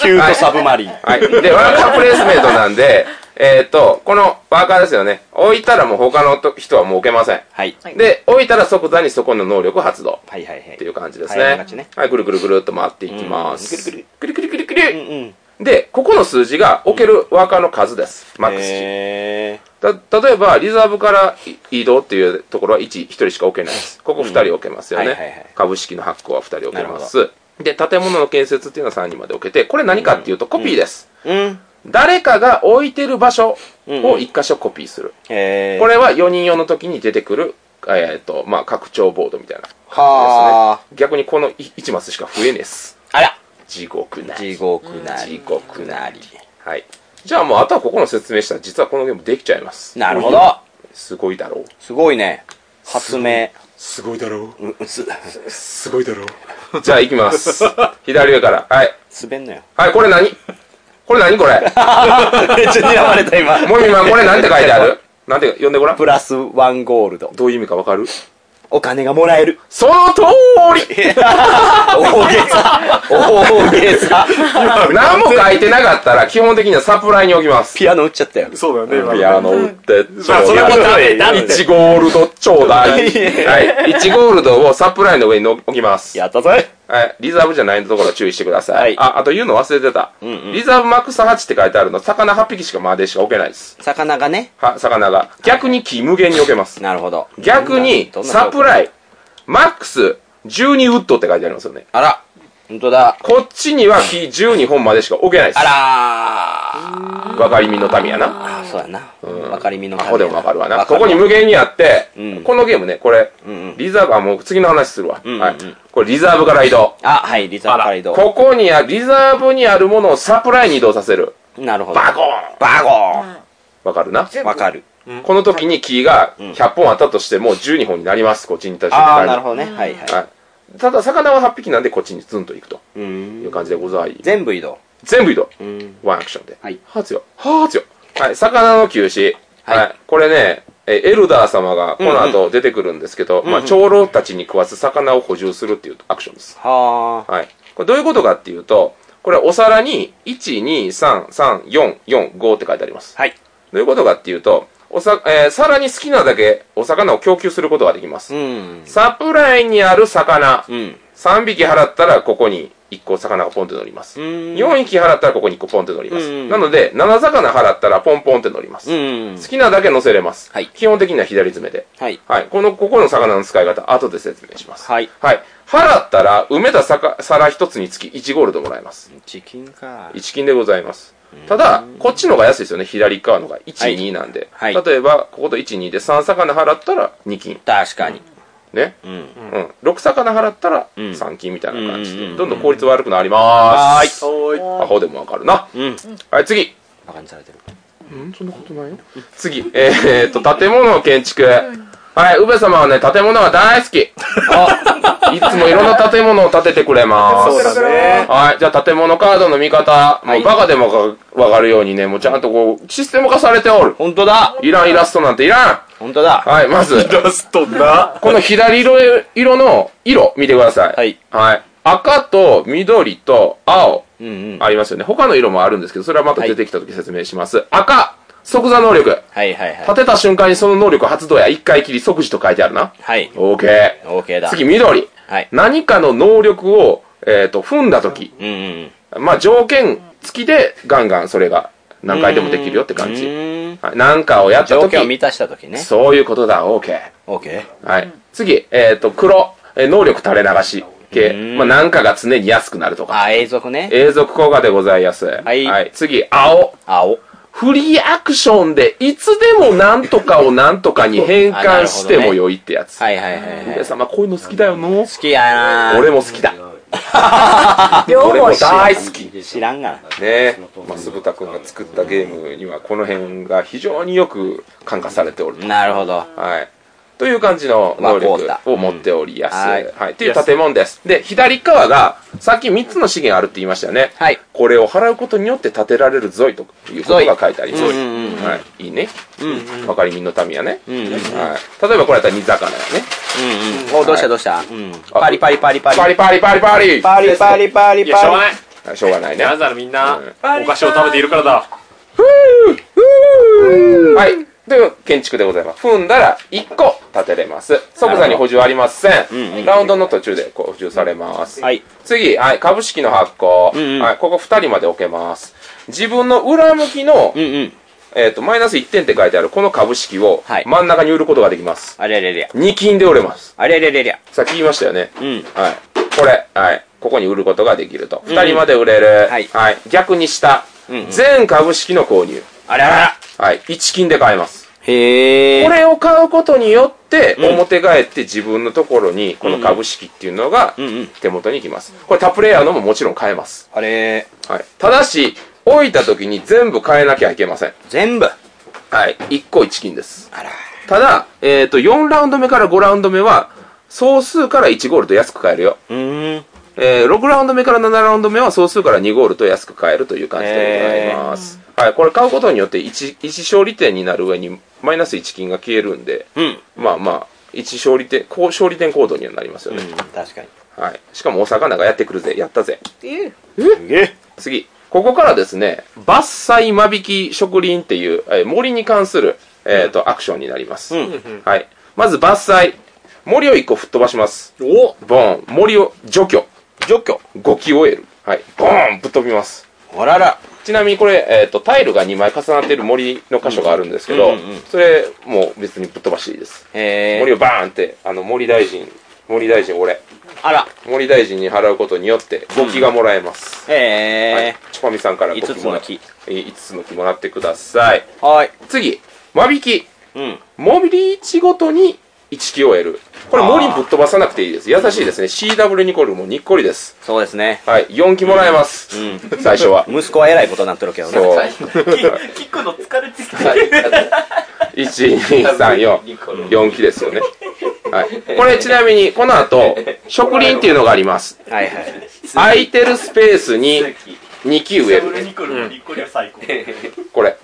[SPEAKER 1] キュートサブマリン。
[SPEAKER 3] はい。で、ワーカープレイスメントなんで、えっと、このワーカーですよね。置いたらもう他のと人はもう置けません。
[SPEAKER 1] はい。
[SPEAKER 5] はい
[SPEAKER 3] で、置いたら即座にそこの能力発動。
[SPEAKER 1] はいはいは
[SPEAKER 3] って
[SPEAKER 1] い
[SPEAKER 3] い。う感じで
[SPEAKER 1] は
[SPEAKER 3] す
[SPEAKER 1] いありが
[SPEAKER 3] ね
[SPEAKER 1] ちね。
[SPEAKER 3] はい、ぐるぐるぐるっと回っていきます。
[SPEAKER 1] うん
[SPEAKER 3] ぐるぐるぐるぐるぐ
[SPEAKER 1] うん
[SPEAKER 3] る
[SPEAKER 1] うん。
[SPEAKER 3] で、ここの数字が置けるワーカーの数です。マックス値。
[SPEAKER 1] へ
[SPEAKER 3] た例えば、リザーブからい移動っていうところは1、1人しか置けないです。ここ2人置けますよね。
[SPEAKER 1] はいはいはい
[SPEAKER 3] 株式の発行は2人置けま
[SPEAKER 1] な
[SPEAKER 3] す。で、建物の建設っていうのは3人まで置けて、これ何かっていうとコピーです。
[SPEAKER 1] ーうん。
[SPEAKER 3] 誰かが置いてる場所を
[SPEAKER 1] うんうん
[SPEAKER 3] 1箇所コピーする。
[SPEAKER 1] へー
[SPEAKER 3] これは4人用の時に出てくる、えっ、と、まあ、拡張ボードみたいな。
[SPEAKER 1] は
[SPEAKER 3] 逆にこの1マスしか増えねえっす。
[SPEAKER 1] あ。あら。
[SPEAKER 3] 地獄なり。
[SPEAKER 1] 地獄なり。
[SPEAKER 3] 地獄
[SPEAKER 1] なり。
[SPEAKER 3] はい。じゃあもう、あとはここの説明したら、実はこのゲームできちゃいます。
[SPEAKER 1] なるほど。
[SPEAKER 3] すごいだろう。
[SPEAKER 1] すごいね。発明。
[SPEAKER 2] すごいだろ
[SPEAKER 1] う、うす、
[SPEAKER 2] う。すごいだろう。
[SPEAKER 3] じゃあ行きます。左上から。はい。
[SPEAKER 1] 滑んなよ。
[SPEAKER 3] はい、これ何これ何これ。
[SPEAKER 1] めっちゃ睨まれた今。
[SPEAKER 3] もみまん、これ何て書いてあるなんて、読んでごらん。
[SPEAKER 1] プラスワンゴールド。
[SPEAKER 3] どういう意味かわかる
[SPEAKER 1] お金がもらえる。
[SPEAKER 3] その通り
[SPEAKER 1] 大げさ。大げさ。
[SPEAKER 3] 何も書いてなかったら基本的にはサプライに置きます。
[SPEAKER 1] ピアノ打っちゃったよ。
[SPEAKER 2] そうだよね、今の
[SPEAKER 3] ピアノ打って、
[SPEAKER 2] まあそれもダメダメ
[SPEAKER 3] 1ゴールドちょうだ い。はい。1ゴールドをサプライの上に置きます。
[SPEAKER 1] やったぜ。
[SPEAKER 3] はい。リザーブじゃないところは注意してください。
[SPEAKER 1] はい
[SPEAKER 3] あ、あと言うの忘れてた。
[SPEAKER 1] んうん
[SPEAKER 3] リザーブマックス8って書いてあるの、魚8匹しかまでしか置けないです。
[SPEAKER 1] 魚がね。
[SPEAKER 3] は、魚が。逆に木無限に置けます。
[SPEAKER 1] なるほど。
[SPEAKER 3] 逆に、サプラ
[SPEAKER 1] イ。
[SPEAKER 3] イ、マックス12ウッドって書いてありますよね。
[SPEAKER 1] あら。本当だ。
[SPEAKER 3] こっちには木12本までしか置けないです。
[SPEAKER 1] あ
[SPEAKER 3] わかりみの民やな。
[SPEAKER 1] らー。あ、そうやな。わかりみの
[SPEAKER 3] ア
[SPEAKER 1] 神やな。
[SPEAKER 3] ホでもわかるわな。
[SPEAKER 1] か
[SPEAKER 3] こ
[SPEAKER 1] る
[SPEAKER 3] こに無限にあって、
[SPEAKER 1] うん
[SPEAKER 3] このゲームね、これ、
[SPEAKER 1] うんうん
[SPEAKER 3] リザーブ、あ、もう次の話するわ。
[SPEAKER 1] うんうんうん
[SPEAKER 3] はい。これリザーブから移動。
[SPEAKER 1] あ、はい、リザーブから移動。
[SPEAKER 3] ここにあ、リザーブにあるものをサプライに移動させる。
[SPEAKER 1] なるほど。
[SPEAKER 3] バコーン
[SPEAKER 1] バゴー
[SPEAKER 3] わかるな。
[SPEAKER 5] 全
[SPEAKER 1] ン
[SPEAKER 5] 部
[SPEAKER 1] わかる。
[SPEAKER 3] この時にキーが100本あったとしても12本になります。こっちに対して。
[SPEAKER 1] あー、なるほどね。はいはい。
[SPEAKER 3] はい。ただ、魚は8匹なんで、こっちにズンと行くと
[SPEAKER 1] う。
[SPEAKER 3] いうん感じでございます。
[SPEAKER 1] 全部移動。
[SPEAKER 3] 全部移動。
[SPEAKER 1] うん。
[SPEAKER 3] ワンアクションで。
[SPEAKER 1] はい。
[SPEAKER 3] はつよ。はつよ。はい。魚の休止。
[SPEAKER 1] はい
[SPEAKER 3] はい。これね、えエルダー様がこの後出てくるんですけど、まあ、長老たちに食わす魚を補充するっていうアクションです。
[SPEAKER 1] は
[SPEAKER 3] はい。これどういうことかっていうと、これお皿に、1、2、3、3、4、4、5って書いてあります。
[SPEAKER 1] ー。はい。
[SPEAKER 3] どういうことかっていうと、おさ、えー皿に好きなだけお魚を供給することができます。
[SPEAKER 1] うん。
[SPEAKER 3] サプライにある魚、
[SPEAKER 1] うん。
[SPEAKER 3] 3匹払ったらここに1個魚がポンって乗ります。
[SPEAKER 1] うん。
[SPEAKER 3] 4匹払ったらここに1個ポンって乗ります。
[SPEAKER 1] うん
[SPEAKER 3] なので、7魚払ったらポンポンって乗ります。
[SPEAKER 1] うん
[SPEAKER 3] 好。きなだけ乗せれます。
[SPEAKER 1] はい
[SPEAKER 3] 基本的には左詰めで。
[SPEAKER 1] はい。
[SPEAKER 3] はい。この、ここの魚の使い方、後で説明します。
[SPEAKER 1] はい。
[SPEAKER 3] はい。払ったら、埋めた魚皿1つにつき1ゴールドもらえます。
[SPEAKER 1] チキンか。
[SPEAKER 3] 1金でございます。ただ、こっちの方が安いですよね。左側の方が1、
[SPEAKER 1] はい
[SPEAKER 3] 2なんで。
[SPEAKER 1] はい
[SPEAKER 3] 例えば、ここと1、2で3魚払ったら2金。
[SPEAKER 1] 確かに。
[SPEAKER 3] ね。
[SPEAKER 1] うん。
[SPEAKER 3] うん。6魚払ったら
[SPEAKER 1] うん
[SPEAKER 3] 3金みたいな感じ
[SPEAKER 1] うんうんうんう
[SPEAKER 3] で。
[SPEAKER 1] ん
[SPEAKER 3] どんどん効率悪くなりま
[SPEAKER 1] は
[SPEAKER 3] ー
[SPEAKER 1] ーい
[SPEAKER 3] す。
[SPEAKER 2] おーい。
[SPEAKER 3] アホでもわかるな。
[SPEAKER 1] うん。
[SPEAKER 3] はい、次。
[SPEAKER 1] バカにされてる。
[SPEAKER 3] うん、そんなことないよ。次、えー、っと、建物の建築。はい、宇部様はね、建物が大好き。いつもいろんな建物を建ててくれま
[SPEAKER 2] そう
[SPEAKER 3] す。
[SPEAKER 2] だね。
[SPEAKER 3] はい、じゃあ建物カードの見方、もうバカでもかわかるようにね、もうちゃんとこう、システム化されておる。
[SPEAKER 1] 本当だ
[SPEAKER 3] いらんイラストなんていらん
[SPEAKER 1] 本当だ
[SPEAKER 3] はい、まず、
[SPEAKER 2] ラストな。
[SPEAKER 3] この左色色の色見てください。
[SPEAKER 1] はい。
[SPEAKER 3] はい。赤と緑と青
[SPEAKER 1] うんうん。
[SPEAKER 3] ありますよね。他の色もあるんですけど、それはまた出てきた時説明します。赤即座能力
[SPEAKER 1] はいはいはい
[SPEAKER 3] 立。てた瞬間にその能力発動や1回きり即時と書いてあるな。
[SPEAKER 1] はい。
[SPEAKER 3] OK。
[SPEAKER 1] OK だ。
[SPEAKER 3] 次、。緑。
[SPEAKER 1] はい。
[SPEAKER 3] 何かの能力を、えっ、と、踏んだ時。
[SPEAKER 1] うんうん。
[SPEAKER 3] まあ、条件付きでガンガンそれが何回でもできるよって感
[SPEAKER 1] う
[SPEAKER 3] じ。
[SPEAKER 1] ーん
[SPEAKER 3] はい何かをやった
[SPEAKER 1] 条
[SPEAKER 3] 時
[SPEAKER 1] 件を満たした時ね。
[SPEAKER 3] そういうことだ。OK。
[SPEAKER 1] OK。
[SPEAKER 3] はい。次、えっ、と、黒。えー能力垂れ流し系。まあ、何かが常に安くなるとか。
[SPEAKER 1] あ、永続ね。
[SPEAKER 3] 永続効果でございます。
[SPEAKER 1] い
[SPEAKER 3] 次、青。
[SPEAKER 1] 青。
[SPEAKER 3] フリーアクションで、いつでも何とかを何とかに変換しても良いってやつ。
[SPEAKER 1] はいはいはいはい。
[SPEAKER 3] 皆様、こういうの好きだよの
[SPEAKER 1] 好きやな
[SPEAKER 3] 俺も好きだ。
[SPEAKER 5] 両
[SPEAKER 3] 俺も
[SPEAKER 5] 方知らん
[SPEAKER 3] 大好き。ね
[SPEAKER 1] 知らんがな。
[SPEAKER 3] え。まあ、すぶたくんが作ったゲームには、この辺が非常によく感化されておる。
[SPEAKER 1] なるほど。
[SPEAKER 3] はい。という感じの能
[SPEAKER 1] まあこうだ
[SPEAKER 3] 力を持っておりやす。
[SPEAKER 1] うん
[SPEAKER 3] は。
[SPEAKER 1] はいい
[SPEAKER 3] っていう建物です。で、左側が、さっき3つの資源あるって言いましたよね。
[SPEAKER 1] はい。
[SPEAKER 3] これを払うことによって建てられるぞいということが書いてあります。
[SPEAKER 1] ゾイうんうんうん
[SPEAKER 3] はい。いいね。わかりみの民やね。
[SPEAKER 1] うんうん。うんうん。
[SPEAKER 3] はい。例えばこれやったら煮魚やね。
[SPEAKER 1] お、どうしたどうしたうん。パリパリパリパリ。
[SPEAKER 3] パリパリパリパリ
[SPEAKER 1] パリパリパリ
[SPEAKER 2] いや、しょうが
[SPEAKER 1] パ
[SPEAKER 2] ない。
[SPEAKER 3] あしょうがないね。
[SPEAKER 2] なぜならみんな、お菓子を食べているからだ。
[SPEAKER 3] はい。という建築でございます。踏んだら1個建てれます。即座に補充ありません。ラウンドの途中でこう補充されます。
[SPEAKER 1] リ。はい。
[SPEAKER 3] 次、はい、株式の発行。
[SPEAKER 1] んうん
[SPEAKER 3] はい、ここ2人まで置けます。自分の裏向きの、
[SPEAKER 1] うんうん。
[SPEAKER 3] えっ、と、マイナス1点って書いてあるこの株式を
[SPEAKER 1] はい
[SPEAKER 3] 真ん中に売ることができます。
[SPEAKER 1] あれれれれ。
[SPEAKER 3] 2金で売れます。
[SPEAKER 1] あれれれれ。
[SPEAKER 3] さっき言いましたよね。
[SPEAKER 1] うん。
[SPEAKER 3] はい。これ、はい。ここに売ることができると。2人まで売れる。
[SPEAKER 1] はい
[SPEAKER 3] はい。逆に下、
[SPEAKER 1] うんうん
[SPEAKER 3] 全株式の購入。
[SPEAKER 1] あれあら。
[SPEAKER 3] はい。1金で買えます。
[SPEAKER 1] へえ。
[SPEAKER 3] これを買うことによって、
[SPEAKER 1] うん
[SPEAKER 3] 表返って自分のところに、この株式っていうのが
[SPEAKER 1] うんうん。
[SPEAKER 3] 手元に来ます。これ、他プレイヤーのももちろん買えます。
[SPEAKER 1] あれ
[SPEAKER 3] はい。ただし、置いた時に全部変えなきゃいけません。
[SPEAKER 1] 全部。
[SPEAKER 3] はい。1個1金です。
[SPEAKER 1] あら。
[SPEAKER 3] ただ、えっ、と、4ラウンド目から5ラウンド目は、総数から1ゴールド安く買えるよ。
[SPEAKER 1] うーん。
[SPEAKER 3] えー、6ラウンド目から7ラウンド目は総数から2ゴールド安く買えるという感じでございます。はい。これ買うことによって1、1勝利点になる上に、マイナス1金が消えるんで、
[SPEAKER 1] うん。
[SPEAKER 3] まあまあ、一勝利点、こう勝利点行動にはなりますよね。
[SPEAKER 1] 確かに。
[SPEAKER 3] はい。しかも大阪なんかやってくるぜ、やったぜ。
[SPEAKER 5] え
[SPEAKER 1] すげえ。
[SPEAKER 3] 次。ここからですね、伐採間引き植林っていう、えー森に関する、えっ、と、アクションになります。
[SPEAKER 1] うん。
[SPEAKER 3] はい。まず伐採。森を一個吹っ飛ばします。
[SPEAKER 2] お
[SPEAKER 3] ボーン。森を除去。
[SPEAKER 1] 除去。
[SPEAKER 3] ゴキ終える。はい。ボーンぶっ飛びます。
[SPEAKER 1] ほらら。
[SPEAKER 3] ちなみにこれ、えっ、と、タイルが2枚重なっている森の箇所があるんですけ
[SPEAKER 1] う
[SPEAKER 3] ど、
[SPEAKER 1] んうんうん
[SPEAKER 3] それ、もう別にぶっ飛ばしていいです。
[SPEAKER 1] へ
[SPEAKER 3] 森
[SPEAKER 1] え。
[SPEAKER 3] をバーンって、あの、森大臣、森大臣俺、
[SPEAKER 1] あら。
[SPEAKER 3] 森大臣に払うことによって、ゴキがもらえます。はい
[SPEAKER 1] へえ。。
[SPEAKER 3] チョコミさんからゴキ
[SPEAKER 1] 五つの木。
[SPEAKER 3] 5つの木もらってください。
[SPEAKER 1] はい。
[SPEAKER 3] 次、間引き。
[SPEAKER 1] うん。
[SPEAKER 3] 森リーチごとに1キを得る。これ森ぶっ飛ばさなくていいです。優しいですね。CW ニコルもにっこりです。
[SPEAKER 1] そうですね。
[SPEAKER 3] はい。4機もらえます。最初 は。
[SPEAKER 1] 息子は偉いことになっとるけどね。
[SPEAKER 3] そう。
[SPEAKER 4] き聞くの疲れてきてる。
[SPEAKER 3] 1、2、3、4。4機ですよね。はい。これちなみに、この後、植林っていうのがあります。
[SPEAKER 1] はいはい。
[SPEAKER 3] 空いてるスペースに2機植え
[SPEAKER 4] ブル
[SPEAKER 3] る。
[SPEAKER 4] ニコルのニコリは最高。
[SPEAKER 3] これ。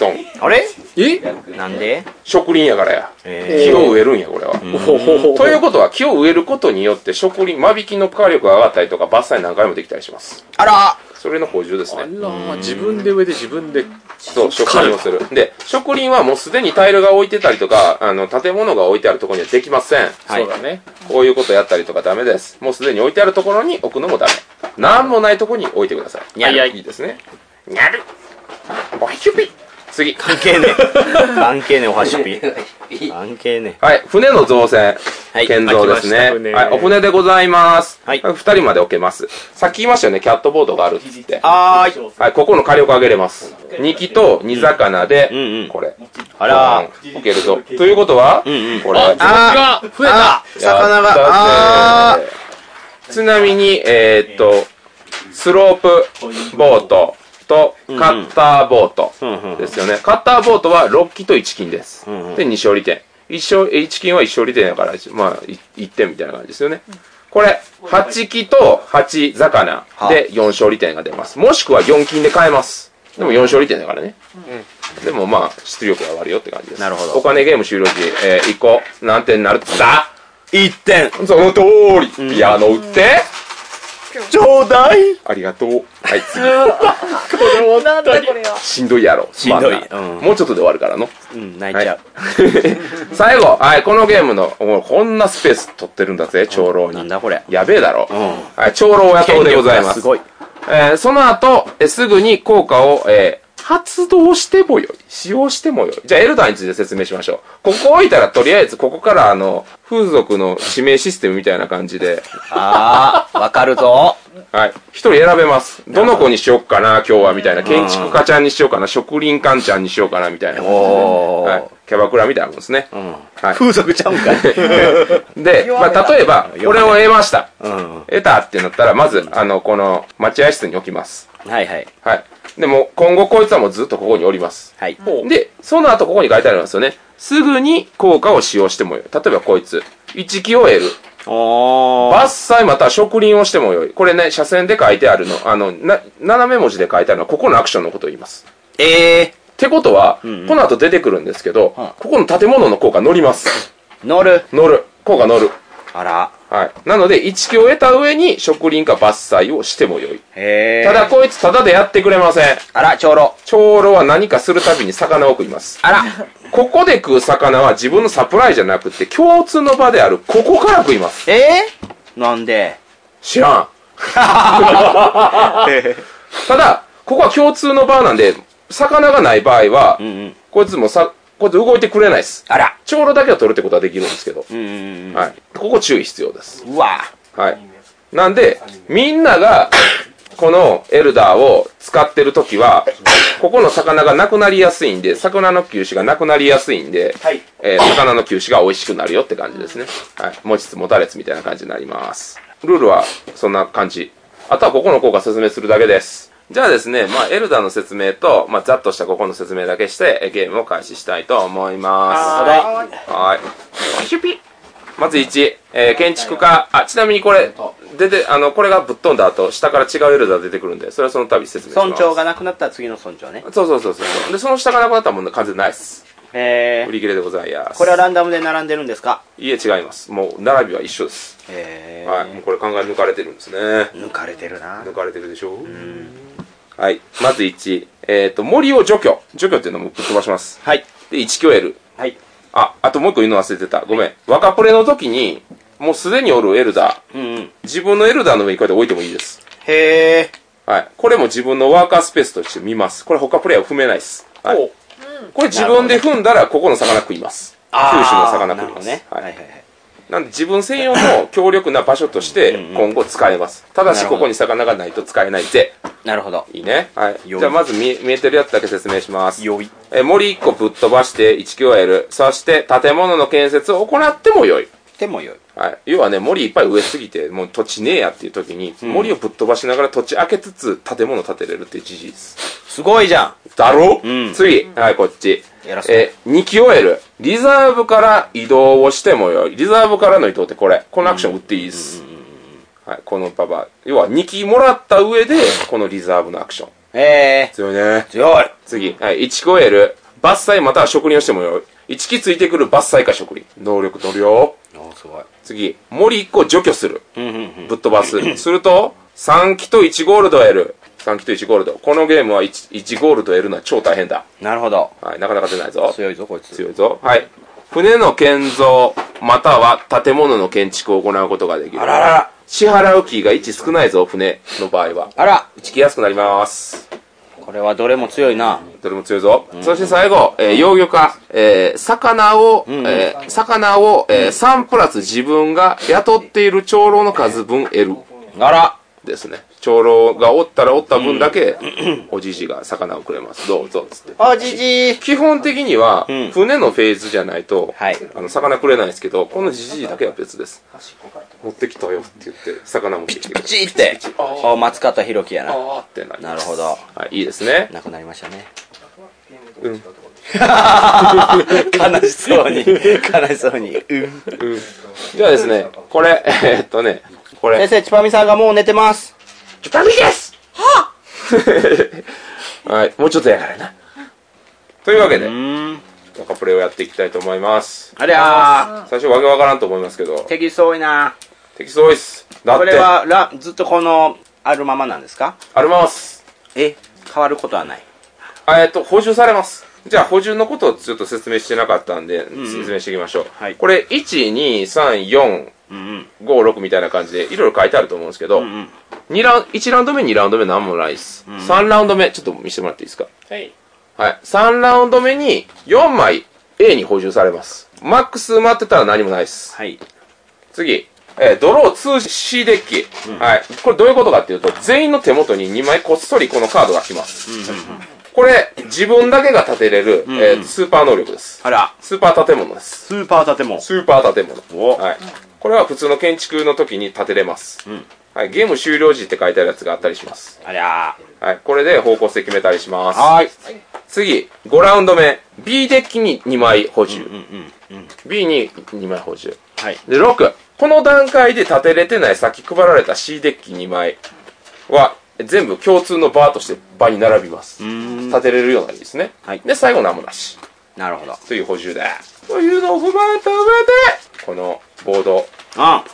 [SPEAKER 3] ドン。
[SPEAKER 1] あれ
[SPEAKER 2] え
[SPEAKER 1] なんで
[SPEAKER 3] 植林やからや。
[SPEAKER 1] え
[SPEAKER 3] 木を植えるんや、これは。
[SPEAKER 2] ほほほ
[SPEAKER 3] ということは、木を植えることによって、植林、間引きの火力が上がったりとか、伐採何回もできたりします。
[SPEAKER 1] あら
[SPEAKER 3] それの補充です
[SPEAKER 2] あら
[SPEAKER 3] ね。
[SPEAKER 2] ー自分で植えて自分で
[SPEAKER 3] そう、植林をする。で、植林はもうすでにタイルが置いてたりとか、あの、建物が置いてあるところにはできません。
[SPEAKER 1] はい
[SPEAKER 3] そうだね。こういうことやったりとかダメです。もうすでに置いてあるところに置くのもダメ。なんもないところに置いてください。
[SPEAKER 1] にゃる
[SPEAKER 3] はいいいですね。にゃる。おひきゅぴ。次。
[SPEAKER 1] 関係 ねえ。関係ねえ、おはしぴ。関係ね
[SPEAKER 3] はい、船の造船。
[SPEAKER 1] はい
[SPEAKER 3] 建造です
[SPEAKER 2] 開きまし
[SPEAKER 3] ね
[SPEAKER 2] た。船
[SPEAKER 3] はい、お船でございます。
[SPEAKER 1] はい
[SPEAKER 3] 二人まで置けます。さっき言いましたよね、キャットボードがあるっつって。
[SPEAKER 1] はーい
[SPEAKER 3] はい、ここの火力上げれます。2機と2魚で、
[SPEAKER 1] うんうん
[SPEAKER 3] これ。
[SPEAKER 1] え。あら
[SPEAKER 3] うん置けるぞ。ということは、
[SPEAKER 1] んうん
[SPEAKER 3] これ。
[SPEAKER 2] あが増えた
[SPEAKER 1] 魚が
[SPEAKER 3] やったぜちなみに、えーっと、スロープボートとカッターボート
[SPEAKER 1] うんうん
[SPEAKER 3] ですよね。カッターボートは6機と1金です。
[SPEAKER 1] んうん
[SPEAKER 3] で、2勝利点。1勝、1金は1勝利点だから、まあ、1点みたいな感じですよね。これ、8機と8魚で4勝利点が出ます。もしくは4金で買えます。でも4勝利点だからね。でもまあ、出力が上がるよって感じです。
[SPEAKER 1] なるほど
[SPEAKER 3] お金ゲーム終了時、えー、1個、何点になるっつった
[SPEAKER 1] 一点
[SPEAKER 3] その通り、ピアノ打って、
[SPEAKER 1] ちょうだい
[SPEAKER 3] ありがとう。はい、次。
[SPEAKER 5] なんだこれは
[SPEAKER 3] しんどいやろ。
[SPEAKER 1] しんどい
[SPEAKER 3] すまな
[SPEAKER 1] うん
[SPEAKER 3] もうちょっとで終わるからの。
[SPEAKER 1] うん、泣いちゃう。
[SPEAKER 3] 最後、はい、このゲームの、おこんなスペース取ってるんだぜ、長老
[SPEAKER 1] なん
[SPEAKER 3] に。
[SPEAKER 1] だこれ。
[SPEAKER 3] やべえだろ。
[SPEAKER 1] ん
[SPEAKER 3] はい、長老野党でございます。
[SPEAKER 1] すごい。
[SPEAKER 3] えーその後、えーすぐに効果を、えー発動してもよい。使用してもよい。じゃあ、エルダーについて説明しましょう。ここ置いたら、とりあえず、ここから、あの、風俗の指名システムみたいな感じで、
[SPEAKER 1] あー、わかるぞ。
[SPEAKER 3] はい。一人選べます。どの子にしよっかな、今日は、みたいな。建築家ちゃんにしようかな、植林館ちゃんにしようかな、みたいな。
[SPEAKER 1] お
[SPEAKER 3] はい
[SPEAKER 1] ー。。
[SPEAKER 3] キャバクラみたいなもんですね。はい。
[SPEAKER 1] 風俗 ちゃうんかい。
[SPEAKER 3] で、まあ、例えば、これを得ました。
[SPEAKER 1] うん。は
[SPEAKER 3] 得たってなったら、まず、あの、この、待合室に置きます。
[SPEAKER 1] いはい。
[SPEAKER 3] はい。でも、今後こいつはもうずっとここにおります。
[SPEAKER 1] はい。
[SPEAKER 3] で、その後ここに書いてありますよね。すぐに効果を使用してもよい。例えばこいつ。1機を得る。
[SPEAKER 1] おー。
[SPEAKER 3] 伐採または植林をしてもよい。これね、斜線で書いてあるの。あの、な、斜め文字で書いてあるのは、ここのアクションのことを言います。
[SPEAKER 1] え
[SPEAKER 3] ってことは、
[SPEAKER 1] んうん
[SPEAKER 3] この後出てくるんですけど、ここの建物の効果乗ります。
[SPEAKER 1] ー、乗る。
[SPEAKER 3] 乗る。効果乗る。
[SPEAKER 1] あら。
[SPEAKER 3] はい。なので、1機を得た上に植林か伐採をしてもよい。
[SPEAKER 1] へえ。
[SPEAKER 3] ただ、こいつただでやってくれません。
[SPEAKER 1] あら、長老。
[SPEAKER 3] 長老は何かするたびに魚を食います。
[SPEAKER 1] あら。
[SPEAKER 3] ここで食う魚は自分のサプライじゃなくて、共通の場であるここから食います。
[SPEAKER 1] えー、なんで
[SPEAKER 3] 知らん。ただ、ここは共通の場なんで、魚がない場合は、
[SPEAKER 1] うんうん。
[SPEAKER 3] こいつもさ、こいつ動いてくれないです。
[SPEAKER 1] あら。
[SPEAKER 3] 長老だけは取るってことはできるんですけど、
[SPEAKER 1] うんうんうん。
[SPEAKER 3] はい。ここ注意必要です。
[SPEAKER 1] うわ
[SPEAKER 3] はい。なんで、みんなが、このエルダーを使ってるときは、ここの魚がなくなりやすいんで、魚の球種がなくなりやすいんで、
[SPEAKER 4] はい。
[SPEAKER 3] えー魚の球種が美味しくなるよって感じですね。はい。持ちつ持たれつみたいな感じになります。ルールはそんな感じ。あとはここの効果説明するだけです。じゃあですね、まあ、エルダーの説明と、まあ、ざっとしたここの説明だけして、えーゲームを開始したいと思います。
[SPEAKER 1] は
[SPEAKER 3] はい。まず1、えー建築家。あ、ちなみにこれ、出て、あの、これがぶっ飛んだ後、下から違うエルダー出てくるんで、それはその度説明します。
[SPEAKER 1] 村長が。なくなったら次の村長ね。
[SPEAKER 3] そうそうそうそう。で、その下がなくなったらもう完全にないっす。
[SPEAKER 1] え
[SPEAKER 3] 売り切れでございます。
[SPEAKER 1] これはランダムで並んでるんですか
[SPEAKER 3] いえ、違います。もう、並びは一緒です。
[SPEAKER 1] え
[SPEAKER 3] はい。もうこれ考え抜かれてるんですね。
[SPEAKER 1] 抜かれてるな
[SPEAKER 3] 抜かれてるでしょはい。まず1、えっ、と、森を除去。除去っていうのもぶっ飛ばします。
[SPEAKER 1] はい
[SPEAKER 3] で、1キョエル。
[SPEAKER 1] はい
[SPEAKER 3] あ、あともう一個言うの忘れてた。ごめん。若プレの時に、もうすでにおるエルダー。
[SPEAKER 1] うんうん
[SPEAKER 3] 自分のエルダーの上にこうやって置いてもいいです。
[SPEAKER 1] へえ
[SPEAKER 3] はい。これも自分のワーカースペースとして見ます。これ他プレイヤー踏めないです。はい。
[SPEAKER 2] お
[SPEAKER 3] これ自分で踏んだら、ここの魚食います。九州の魚食います。
[SPEAKER 1] ねは
[SPEAKER 3] はいい
[SPEAKER 1] はいはい
[SPEAKER 3] なんで自分専用の強力な場所として今後使えます。ただしここに魚がないと使えないぜ。
[SPEAKER 1] なるほど
[SPEAKER 3] いいね。はい。じ
[SPEAKER 1] よい
[SPEAKER 3] ゃあまず見見えてるやつだけ説明します。
[SPEAKER 1] よい
[SPEAKER 3] えー森1個ぶっ飛ばして1 q l そして建物の建設を行ってもよい。
[SPEAKER 1] でもよい
[SPEAKER 3] はい。要はね、森いっぱい植えすぎて、もう土地ねえやっていう時に、森をぶっ飛ばしながら土地開けつつ建物建てれるっていう事実。
[SPEAKER 1] すごいじゃん
[SPEAKER 3] だろ、
[SPEAKER 1] うん
[SPEAKER 3] 次。はい、こっち。
[SPEAKER 1] やらせて
[SPEAKER 3] えー、2キロ L。リザーブから移動をしてもよい。リザーブからの移動ってこれ。このアクション打っていいです。はい、このババ。要は2機もらった上で、このリザーブのアクション。
[SPEAKER 1] え
[SPEAKER 3] 強いね
[SPEAKER 1] ー。強い
[SPEAKER 3] 次。はい、1超える。伐採または植林をしてもよい。1機ついてくる伐採か植林。能力取るよ。
[SPEAKER 1] おーすごい
[SPEAKER 3] 次。森1個除去する。
[SPEAKER 1] うんうんうん
[SPEAKER 3] ぶっ飛ばす。すると、3機と1ゴールドを得る。3機と1ゴールド。このゲームは 1, 1ゴールドを得るのは超大変だ。
[SPEAKER 1] なるほど
[SPEAKER 3] はい、なかなか出ないぞ。
[SPEAKER 1] 強いぞこいつ
[SPEAKER 3] 強いぞ。はい。船の建造、または建物の建築を行うことができる。
[SPEAKER 1] あららら
[SPEAKER 3] 支払うキーが1少ないぞ、船の場合は。
[SPEAKER 1] あら
[SPEAKER 3] 打ち切りやすくなります。
[SPEAKER 1] これはどれも強いな
[SPEAKER 3] どれも強いぞ。そして最後、えー幼魚化。えー魚を、えー魚を、えー3プラス自分が雇っている長老の数分得る。
[SPEAKER 1] あら
[SPEAKER 3] ですね。長老がおったらおった分だけ、おじじが魚をくれます。どうぞ、つって。
[SPEAKER 1] あじじ
[SPEAKER 3] 基本的には、
[SPEAKER 1] ん
[SPEAKER 3] 船のフェーズじゃないと、
[SPEAKER 1] はい
[SPEAKER 3] あの、魚くれないんですけど、このじじいだけは別です。持ってきたよって言って、魚持ってきてく
[SPEAKER 1] プ
[SPEAKER 3] れる。
[SPEAKER 1] チってお松方弘樹やな
[SPEAKER 3] あーってなり
[SPEAKER 1] な
[SPEAKER 3] ま
[SPEAKER 1] る
[SPEAKER 3] す。
[SPEAKER 1] ほど
[SPEAKER 3] はい、いいですね。
[SPEAKER 1] なくなりましたね
[SPEAKER 3] うん。
[SPEAKER 1] 悲しそうに悲しそうにうん
[SPEAKER 3] ではですね、これ、 えーっとね、これ
[SPEAKER 1] 先、生ちぱみさんがもう寝てます
[SPEAKER 3] ダメですはあはい、もうちょっとやからな。というわけで、
[SPEAKER 1] うん
[SPEAKER 3] 中プレイをやっていきたいと思います。
[SPEAKER 1] ありゃ
[SPEAKER 3] 最初、わけわからんと思いますけど
[SPEAKER 1] ー、敵多いな
[SPEAKER 3] 適当です。だっ
[SPEAKER 1] こ
[SPEAKER 3] て、
[SPEAKER 1] れはらずっとこのあるままなんですか
[SPEAKER 3] あります。
[SPEAKER 1] え変わることはない
[SPEAKER 3] あえっと、補充されます。じゃあ、補充のことをちょっと説明してなかったんで、説明していきましょう。
[SPEAKER 1] はい
[SPEAKER 3] これ、1、2、3、4、
[SPEAKER 1] うん
[SPEAKER 3] 5、6みたいな感じで、いろいろ書いてあると思うんですけど、
[SPEAKER 1] うん
[SPEAKER 3] 二ラウン1ラウンド目、2ラウンド目なんもないです。3ラウンド目、ちょっと見せてもらっていいですか。
[SPEAKER 2] はい。
[SPEAKER 3] はい。3ラウンド目に4枚 A に補充されます。マックス埋まってたら何もないです。
[SPEAKER 1] はい
[SPEAKER 3] 次。えードロー 2C デッキ、はい。これどういうことかっていうと、全員の手元に2枚こっそりこのカードが来ます。これ、自分だけが立てれる、えースーパー能力です。
[SPEAKER 1] あら
[SPEAKER 3] スーパー建物です。
[SPEAKER 1] スーパー建物
[SPEAKER 3] スーパー建物。
[SPEAKER 1] お
[SPEAKER 3] はい。これは普通の建築の時に建てれます。はい。ゲーム終了時って書いてあるやつがあったりします。
[SPEAKER 1] ありゃ
[SPEAKER 3] はい。これで方向性決めたりします。
[SPEAKER 1] ーはい
[SPEAKER 3] 次、5ラウンド目。B デッキに2枚補充。B に2枚補充。
[SPEAKER 1] はい
[SPEAKER 3] で、6。この段階で立てれてないさっき配られた C デッキ2枚は、全部共通のバーとして場に並びます。
[SPEAKER 1] ん
[SPEAKER 3] 立てれるようになりですね。
[SPEAKER 1] はい
[SPEAKER 3] で、最後何もなし。
[SPEAKER 1] なるほど
[SPEAKER 3] という補充だ。というのを踏まえた上で、このボード、
[SPEAKER 1] あ